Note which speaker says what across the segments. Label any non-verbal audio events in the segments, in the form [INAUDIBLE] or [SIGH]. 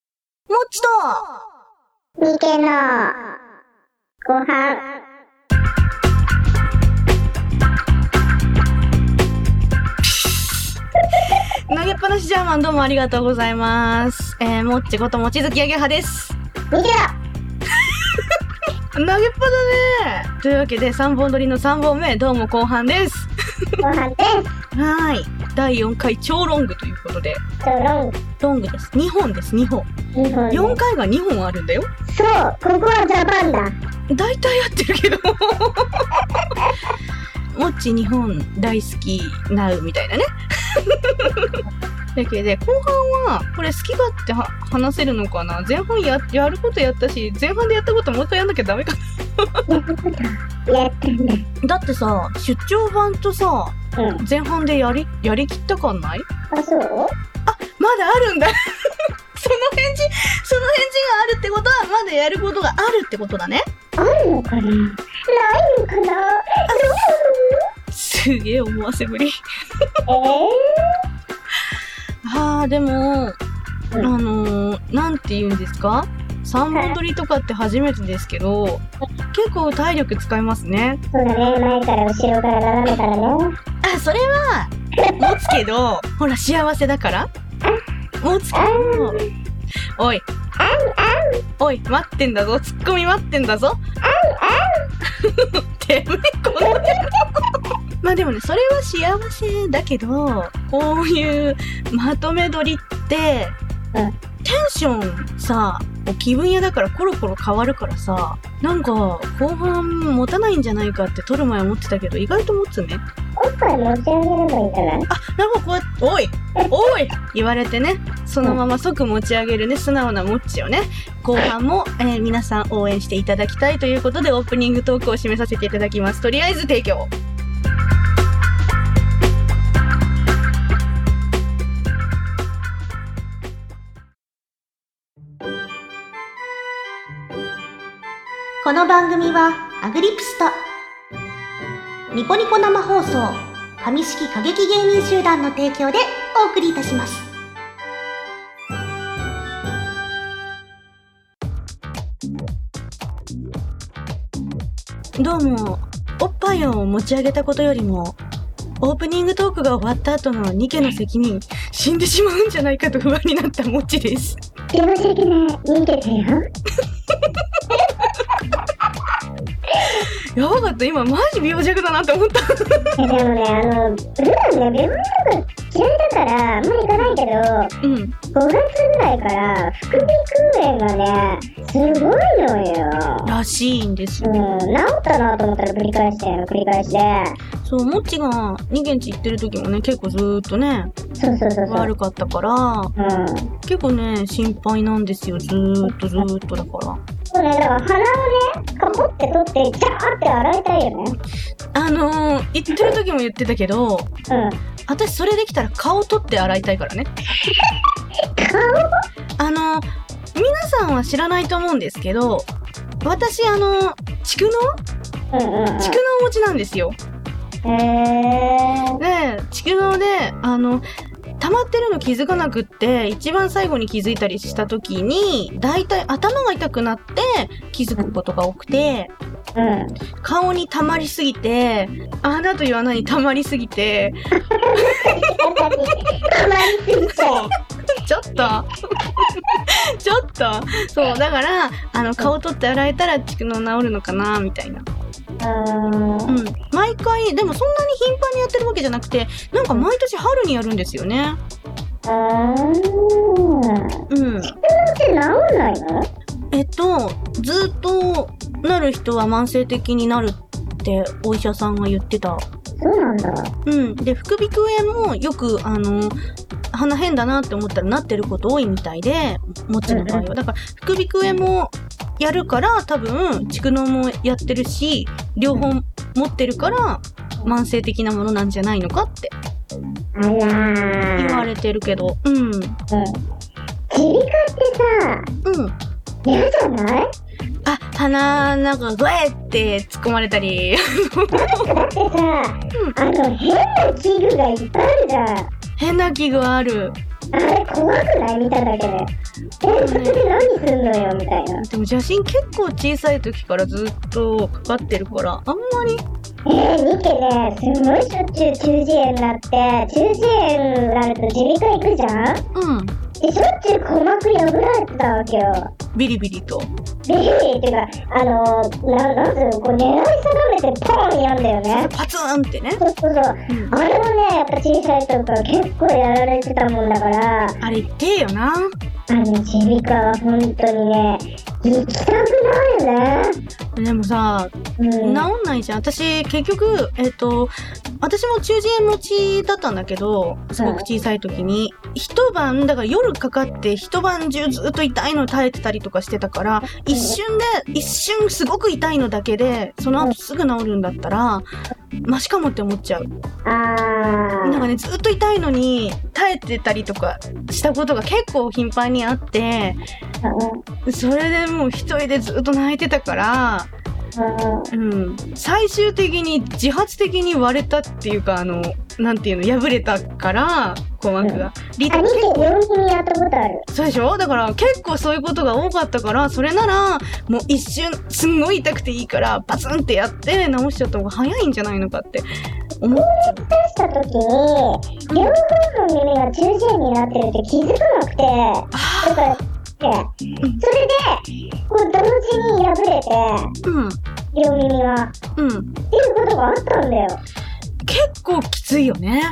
Speaker 1: っちと
Speaker 2: BK のご飯。
Speaker 1: 投げっぱなしジャーマンどうもありがとうございます。えー、もっちこともちづきあげはです。
Speaker 2: 見てろ
Speaker 1: 投げっぱだねというわけで3本撮りの3本目、どうも後半です。
Speaker 2: ご飯です
Speaker 1: はーい。第4回超ロングということで、
Speaker 2: ちょろん。
Speaker 1: ロングです。2本です、2本。
Speaker 2: 日本で
Speaker 1: 4回が2本あるんだよ。
Speaker 2: そう、ここはジャパンだ。
Speaker 1: 大体やってるけど。 [LAUGHS] もっち日本大好きなうみたいなね。だけで、後半は、これ好き勝手は話せるのかな前半ややることやったし、前半でやったこともう一回やんなきゃダメか
Speaker 2: やったことやったんだ。
Speaker 1: な。だってさ、出張版とさ、
Speaker 2: うん。
Speaker 1: 前半でやり、やりきった感ない
Speaker 2: あ、そう
Speaker 1: まだあるんだ [LAUGHS] その返事、その返事があるってことは、まだやることがあるってことだね。
Speaker 2: あるのかなないのかな
Speaker 1: すげえ思わせぶり。
Speaker 2: え
Speaker 1: ああでも、
Speaker 2: うん
Speaker 1: あのー、なんて言うんですか三本取りとかって初めてですけど結構体力使いますね
Speaker 2: ー、そうだね、前から後ろから斜めからね。
Speaker 1: あそれは持つけどほら幸せだから持つけどおいおい待ってんだぞツッコミ待ってんだぞ [LAUGHS] てめえこんなまあでもねそれは幸せだけどこういうまとめ撮りって、
Speaker 2: うん
Speaker 1: テンションさ気分屋だからコロコロ変わるからさなんか後半持たないんじゃないかって撮る前思ってたけど意外と持つね
Speaker 2: おっぱい持ち上げればいいんじゃない
Speaker 1: なんかこうやって、おいおい言われてね、そのまま即持ち上げるね、素直なモッチをね、後半も、えー皆さん応援していただきたいということで、オープニングトークを締めさせていただきます。とりあえず提供。
Speaker 3: この番組はアグリプスとニコニコ生放送紙式過激芸人集団の提供でお送りいたします
Speaker 1: どうも、おっぱいを持ち上げたことよりも、オープニングトークが終わった後のニケの責任、死んでしまうんじゃないかと不安になったモッチです。
Speaker 2: 申し訳ない。逃げ [LAUGHS] たよ。
Speaker 1: やばかった、今マジ病弱だなって思った。
Speaker 2: いやでもね、あの、普段ね、病院とか嫌いだから、あんまり行かないけ
Speaker 1: う
Speaker 2: ど、
Speaker 1: ん。
Speaker 2: 5月ぐらいから、副鼻腔炎がね、すごいのよ。
Speaker 1: らしいんです
Speaker 2: う。ん、治ったなと思ったら繰り返して、繰り返して。
Speaker 1: そう、モッチがニケんち行ってる時もね、結構ずーっとね、
Speaker 2: そうそうそうそう。
Speaker 1: 悪かったから、
Speaker 2: うん。
Speaker 1: 結構ね、心配なんですよ。ずーっとずーっとだから。
Speaker 2: そうね、だから鼻をね、かこって取って、ジャーって洗いたいよね。
Speaker 1: あのー、言ってる時も言ってたけど、
Speaker 2: うん。
Speaker 1: 私それできたら顔取って洗いたいからね。
Speaker 2: 顔
Speaker 1: あのー、皆さんは知らないと思うんですけど、私、あのー、蓄能
Speaker 2: うんうん
Speaker 1: 蓄能持ちなんですよ。
Speaker 2: うん。へー。
Speaker 1: で、蓄能で、あの、溜まってるの気づかなくって、一番最後に気づいたりした時に、だいたい頭が痛くなって気づくことが多くて、
Speaker 2: うん。
Speaker 1: 顔に溜まりすぎて穴という穴に溜まりすぎて
Speaker 2: やっぱり、たまりすぎて。
Speaker 1: ちょっと [LAUGHS] ちょっとそうだからあの顔取って洗えたら蓄能治るのかなみたいな
Speaker 2: うん。
Speaker 1: うん毎回でもそんなに頻繁にやってるわけじゃなくてなんか毎年春にやるんですよね
Speaker 2: うん。
Speaker 1: うん
Speaker 2: って治んないの
Speaker 1: えっとずっとなる人は慢性的になるってお医者さんが言ってた
Speaker 2: そうなんだ。
Speaker 1: うんで副鼻腔炎もよくあの鼻変だなって思ったらなってること多いみたいでもちろん場合
Speaker 2: うん
Speaker 1: はだから副鼻腔炎もやるから多分蓄能もやってるし両方持ってるから慢性的なものなんじゃないのかって
Speaker 2: あらー。
Speaker 1: 言われてるけどうんうん
Speaker 2: うん。耳鼻科ってさ、嫌じゃない
Speaker 1: あ鼻なんかグエって突っ込まれたり [LAUGHS]
Speaker 2: だってさ、あの変な器具がいっぱいあるじゃん。
Speaker 1: 変な器具ある
Speaker 2: あれ怖くない見ただけで。え、それで何すんのよみたいな。
Speaker 1: でも写真結構小さい時からずっとかかってるからあんまり
Speaker 2: えー、ニケね、すごいしょっちゅう中耳炎になって、中耳炎になると耳鼻科行くじゃん
Speaker 1: うん
Speaker 2: で、しょっちゅう鼓膜破られてたわけよ。
Speaker 1: ビリビリと
Speaker 2: ビリビリっていうか、あのななんつうの、こう狙い定めてポーンやんだよね。
Speaker 1: パツンってね
Speaker 2: そうそうそう。あれもね、やっぱ小さい時から結構やられてたもんだから、
Speaker 1: あれ痛えよな
Speaker 2: あの、耳鼻科は本当にね、行きたくないよね。
Speaker 1: でもさ
Speaker 2: う
Speaker 1: 治ん
Speaker 2: ん。
Speaker 1: ないじゃん私結局えっ、と私も中耳炎持ちだったんだけどすごく小さい時に、一晩だから夜かかって一晩中ずっと痛いの耐えてたりとかしてたから一瞬で一瞬すごく痛いのだけでその後すぐ治るんだったらマシかもって思っちゃうな
Speaker 2: あ
Speaker 1: ん
Speaker 2: ー。
Speaker 1: かねずっと痛いのに耐えてたりとかしたことが結構頻繁にあってそれでもう一人でずっと泣いてたから、
Speaker 2: うん。うん
Speaker 1: うん、最終的に自発的に割れたっていうかあのなんていうの破れたから鼓膜が。リ
Speaker 2: あ、ニケ病気にやったことある。
Speaker 1: そうでしょだから結構そういうことが多かったからそれならもう一瞬すんごい痛くていいからバツンってやって治しちゃった方が早いんじゃないのかって思っちゃう。
Speaker 2: 出した時に、両方の耳が中耳炎になってるって気づかなくて、だから、って
Speaker 1: うん
Speaker 2: それで、こう同時に破れて、
Speaker 1: うん
Speaker 2: 両耳は。
Speaker 1: うん、
Speaker 2: っていうことがあったんだよ。
Speaker 1: 結構きついよね。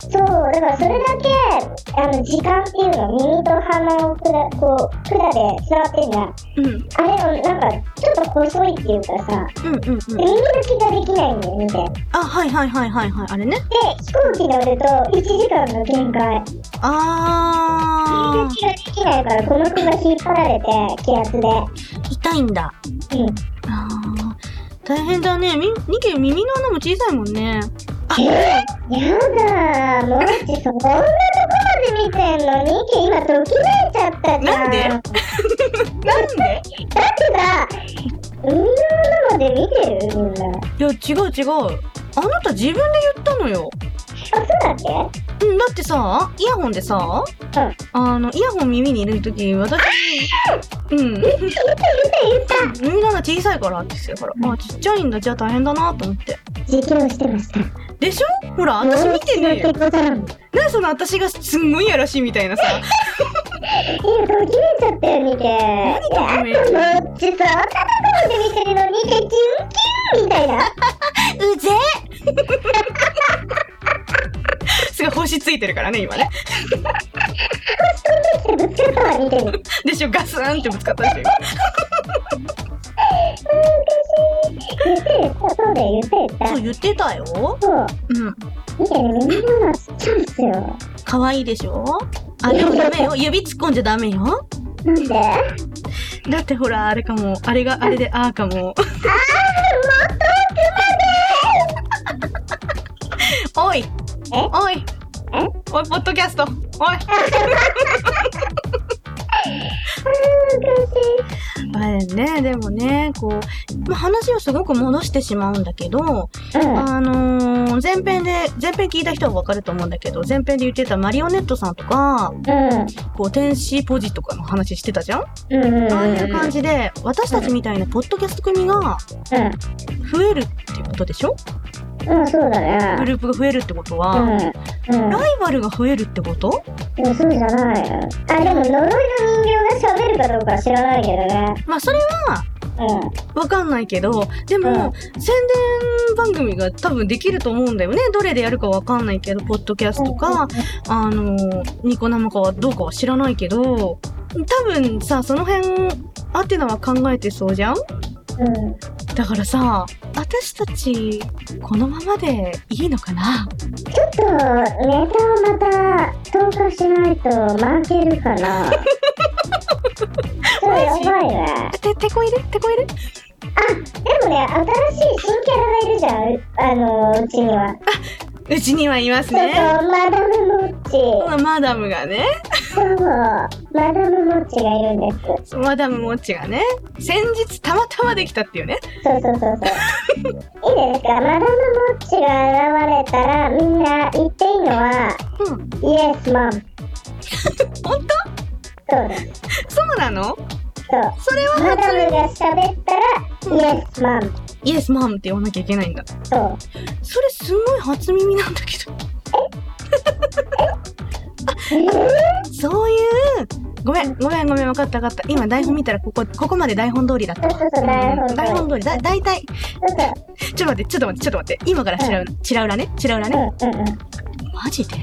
Speaker 2: そう、だからそれだけ、あの、時間っていうの、耳と鼻をくだ、こう、管で座ってんじゃん。
Speaker 1: うん、うん、
Speaker 2: あれを、なんか、ちょっと細いっていうかさ、
Speaker 1: うん、うん。
Speaker 2: 耳抜きができないんだよ、見て。で、
Speaker 1: あ、はいはいはいはいはい、あれね。
Speaker 2: 飛行機乗ると、1時間の限界。耳
Speaker 1: あ
Speaker 2: 抜きができないから、鼓膜が引っ張られて、気圧で。
Speaker 1: ー、痛いんだ。
Speaker 2: うん。
Speaker 1: あー、大変だね。み、ニケ耳の穴も小さいもんね。
Speaker 2: えやだー、もっち、そんなとこまで見てんのに、ニキ今、ときめいちゃったじゃん。
Speaker 1: なんで
Speaker 2: だっ
Speaker 1: [LAUGHS] なんで
Speaker 2: てさ、海のままで見てるみん
Speaker 1: い
Speaker 2: な。
Speaker 1: や、違う違う。あなた自分で言ったのよ。
Speaker 2: あ、そうだっけ
Speaker 1: うん、だってさ、イヤホンでさ、
Speaker 2: うん
Speaker 1: あの、イヤホン耳に入れるとき、私、うん。耳の穴小さいからって言ってたから、あ、ちっちゃいんだ、じゃあ大変だなと思って。
Speaker 2: 実況してました。
Speaker 1: でしょほら、私見てねえよ。
Speaker 2: ござらん。今、と
Speaker 1: なにその私がすんごいやらしいみたいなさ。
Speaker 2: きめいちゃったよ、ニケ。何
Speaker 1: ときめいちゃった
Speaker 2: もっち、そんなとこまで見てるの、ニケ、キンキンみたいな。
Speaker 1: うぜ [LAUGHS] すごい星ついてるからね今ね
Speaker 2: その時ぶつかったわ、ニケに。
Speaker 1: でしょガスンってぶつかったでしょ今
Speaker 2: 言って言った、そうだよ、言って言
Speaker 1: そ
Speaker 2: っ
Speaker 1: う言ってたよ
Speaker 2: た。そう、
Speaker 1: うん
Speaker 2: ニケね、みんなのちっちゃいんすよ。
Speaker 1: 可愛いでしょあでもダ [LAUGHS] メよ指突っ込んじゃダメよ
Speaker 2: なんで
Speaker 1: だってほらあれかもあれがあれでああかもおいおいおいポッドキャストおい
Speaker 2: あー、おかしい。
Speaker 1: あれねでもねこう、まあ、話をすごく戻してしまうんだけど
Speaker 2: うん
Speaker 1: あのー、前編で、前編聞いた人はわかると思うんだけど、前編で言ってたマリオネットさんとか、こう、天使ポジとかの話してたじゃんあ
Speaker 2: うんうんうんうん
Speaker 1: あいう感じで、私たちみたいなポッドキャスト組が増えるっていうことでしょ
Speaker 2: うんうんそうだ
Speaker 1: グ
Speaker 2: ね
Speaker 1: ループが増えるってこと
Speaker 2: うん
Speaker 1: は、
Speaker 2: うん
Speaker 1: ライバルが増えるってこと
Speaker 2: でもそうじゃないあでも呪いの人形が喋るかどうかは知らないけどね
Speaker 1: まあ、それは
Speaker 2: う
Speaker 1: わかんないけど、でも、
Speaker 2: うん
Speaker 1: 宣伝番組が多分できると思うんだよね。どれでやるかわかんないけど、ポッドキャス
Speaker 2: ん
Speaker 1: トか、あのニコ生かはどうかは知らないけど多分さその辺アテナは考えてそうじゃん
Speaker 2: うん
Speaker 1: だからさ私たちこのままでいいのかな
Speaker 2: ちょっとネタをまた投下しないと負けるかなそれやばいね
Speaker 1: ててこ入れてこ入れ
Speaker 2: でもね新しい新キャラがいるじゃんうあのうちには
Speaker 1: うちにはいます
Speaker 2: そうそう
Speaker 1: ね
Speaker 2: マダムモッ
Speaker 1: こ
Speaker 2: チ
Speaker 1: のマダムがね
Speaker 2: そうマダムモッチがいるんです
Speaker 1: マダムモッチがね先日たまたまできたっていうね
Speaker 2: そうそうそうそう。いいですか、マダムモッチが現れたら、みんな言っていいのは、
Speaker 1: うん
Speaker 2: イエスマン。
Speaker 1: 本当
Speaker 2: そうです。
Speaker 1: そうなの
Speaker 2: そう。
Speaker 1: それは
Speaker 2: マ
Speaker 1: 初
Speaker 2: ダム
Speaker 1: め
Speaker 2: が喋ったら、イエスマン。
Speaker 1: イエスマムって言わなきゃいけないんだ
Speaker 2: そう。
Speaker 1: それすごい初耳なんだけどそういうごめんごめんごめん分かった分かった今台本見たらここここまで台本通りだった
Speaker 2: そうそうそう、台本通り。
Speaker 1: 台本通りだ大体
Speaker 2: そうそう。
Speaker 1: ちょっと待ってちょっと待ってちょっと待って今からチラウラチラウラねチラウラ
Speaker 2: うん
Speaker 1: ね
Speaker 2: うんうん。
Speaker 1: マジで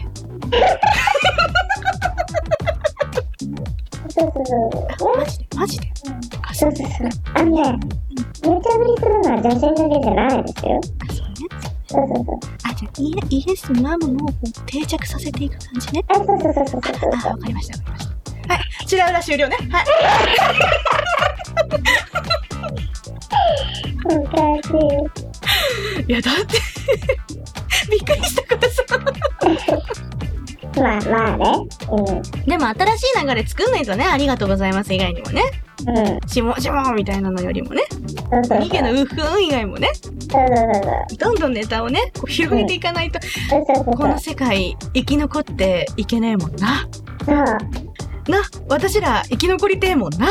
Speaker 2: そうそうそう。
Speaker 1: マジでマジであそ
Speaker 2: そううそうそう。あのね、無茶ぶりするのは女性だけじゃないですよ。
Speaker 1: あそうね
Speaker 2: そうそうそう。
Speaker 1: あじゃあイエイエスマムをこう定着させていく感じね
Speaker 2: あ、そうそうそうそう
Speaker 1: あ
Speaker 2: そう
Speaker 1: あ
Speaker 2: そう。
Speaker 1: わかりましたわかりましたはいチラウラ終了ねはい
Speaker 2: 難しい。
Speaker 1: [LAUGHS] いやだって [LAUGHS] びっくりしたからさ
Speaker 2: まあまあね。うん。
Speaker 1: でも新しい流れ作んないとねありがとうございます以外にもね
Speaker 2: うん。
Speaker 1: しもしもみたいなのよりもね
Speaker 2: そうそうそう。
Speaker 1: 逃げのうふん以外もね
Speaker 2: そうそうそう
Speaker 1: どんどんネタをねこう広げていかないと、
Speaker 2: そう。そうそうそう。
Speaker 1: この世界生き残っていけねえもんな
Speaker 2: そう。
Speaker 1: な私ら生き残りてえもんな
Speaker 2: そう。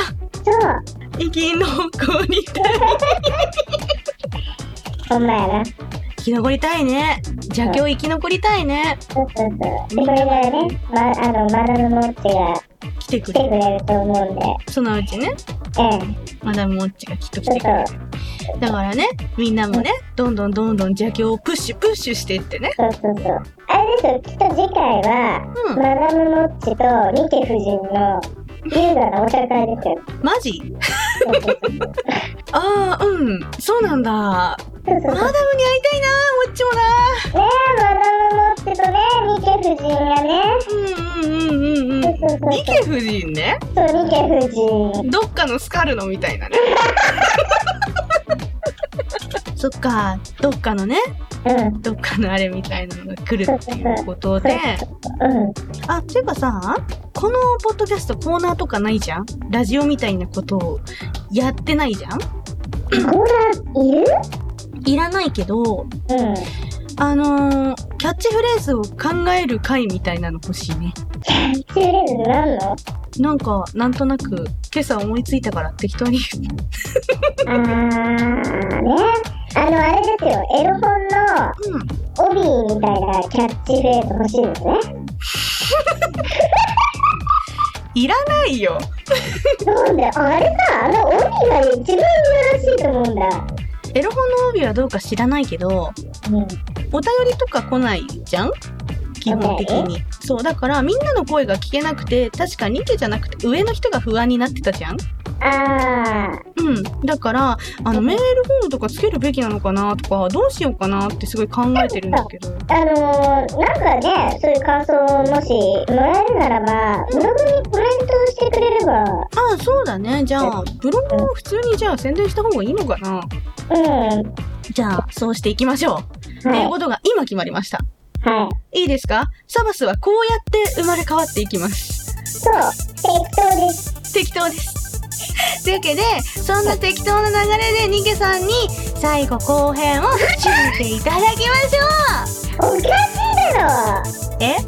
Speaker 1: 生き残りたい
Speaker 2: ほんまやな。
Speaker 1: 生き残りたいね邪教生き残りたいね
Speaker 2: そうそうそう。で、これからね、ま、あの、マダムモッチが
Speaker 1: 来てく
Speaker 2: 来て
Speaker 1: れ
Speaker 2: くれると思うんで。
Speaker 1: そのうちね
Speaker 2: ええ。
Speaker 1: マダムモッチがきっと来
Speaker 2: そう
Speaker 1: てく
Speaker 2: そ
Speaker 1: れ
Speaker 2: う
Speaker 1: る。だからねみんなもねどんどんどんどん邪教をプッシュプッシュしていってね
Speaker 2: そうそうそう。あれですよ、きっと次回は、
Speaker 1: うん
Speaker 2: マダムモッチとニケ夫人の優雅なお茶会ですよ。
Speaker 1: マジ
Speaker 2: そうそうそう。
Speaker 1: ああうんそうなんだマ
Speaker 2: そうそう
Speaker 1: ダムに
Speaker 2: そう
Speaker 1: 会いたいなモッチもな
Speaker 2: ねえ、マダムモッチとね、ニケ夫人がね。
Speaker 1: うんうんうんうんうん
Speaker 2: そうそうそうそう。
Speaker 1: ニケ夫人ね
Speaker 2: そう、ニケ夫人。
Speaker 1: どっかのスカルノみたいなねそっかどっかのね
Speaker 2: うん。
Speaker 1: どっかのあれみたいなのが来るっていうことで
Speaker 2: うん。
Speaker 1: あそういえばさこのポッドキャストコーナーとかないじゃんラジオみたいなことをやってないじゃん
Speaker 2: コーナーいる
Speaker 1: いらないけど
Speaker 2: うん。
Speaker 1: あのー、キャッチフレーズを考える回みたいなの欲しいね
Speaker 2: シュレーズなんのあ
Speaker 1: なんか、なんとなく、今朝思いついたから適当に言う。
Speaker 2: ーね。あの、あれですよ。エロ本
Speaker 1: うん。
Speaker 2: の帯みたいなキャッチフレーズ欲しいですね。
Speaker 1: [LAUGHS] いらないよ。
Speaker 2: なんであれさ、あの帯がね一番いやらしいと思うんだ。
Speaker 1: エロ本の帯はどうか知らないけど、
Speaker 2: うん。
Speaker 1: お便りとか来ないじゃん基本的に。そう、だからみんなの声が聞けなくて、確かニケじゃなくて上の人が不安になってたじゃん
Speaker 2: あー、
Speaker 1: うん。だから、あの、メールフォームとかつけるべきなのかなとか、どうしようかなってすごい考えてるんだけど。
Speaker 2: あのー、なんかね、そういう感想をもしもらえるならば、ブログにコメントしてくれれば、
Speaker 1: ああ、そうだね。じゃあ、ブログを普通にじゃあ宣伝した方がいいのかな
Speaker 2: うん。
Speaker 1: じゃあ、そうしていきましょう。って
Speaker 2: はいい。
Speaker 1: うことが今決まりました。
Speaker 2: はい
Speaker 1: いですかサバスはこうやって生まれ変わっていきます。。
Speaker 2: そう、適当です。
Speaker 1: 適当です。 [LAUGHS] というわけで、そんな適当な流れでニケさんに最後後編を締めていただきまし
Speaker 2: おかしいだろ
Speaker 1: ょう
Speaker 2: [LAUGHS]
Speaker 1: え
Speaker 2: た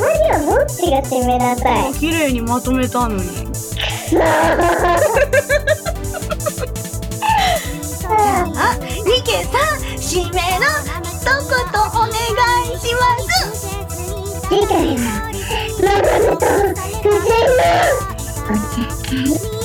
Speaker 2: まにはもっちが締めなさい。
Speaker 1: 綺麗にまとめたのに。じゃあ、ニケさん、締めの一言お願いします
Speaker 2: 次回は、ママと藤井のお茶会。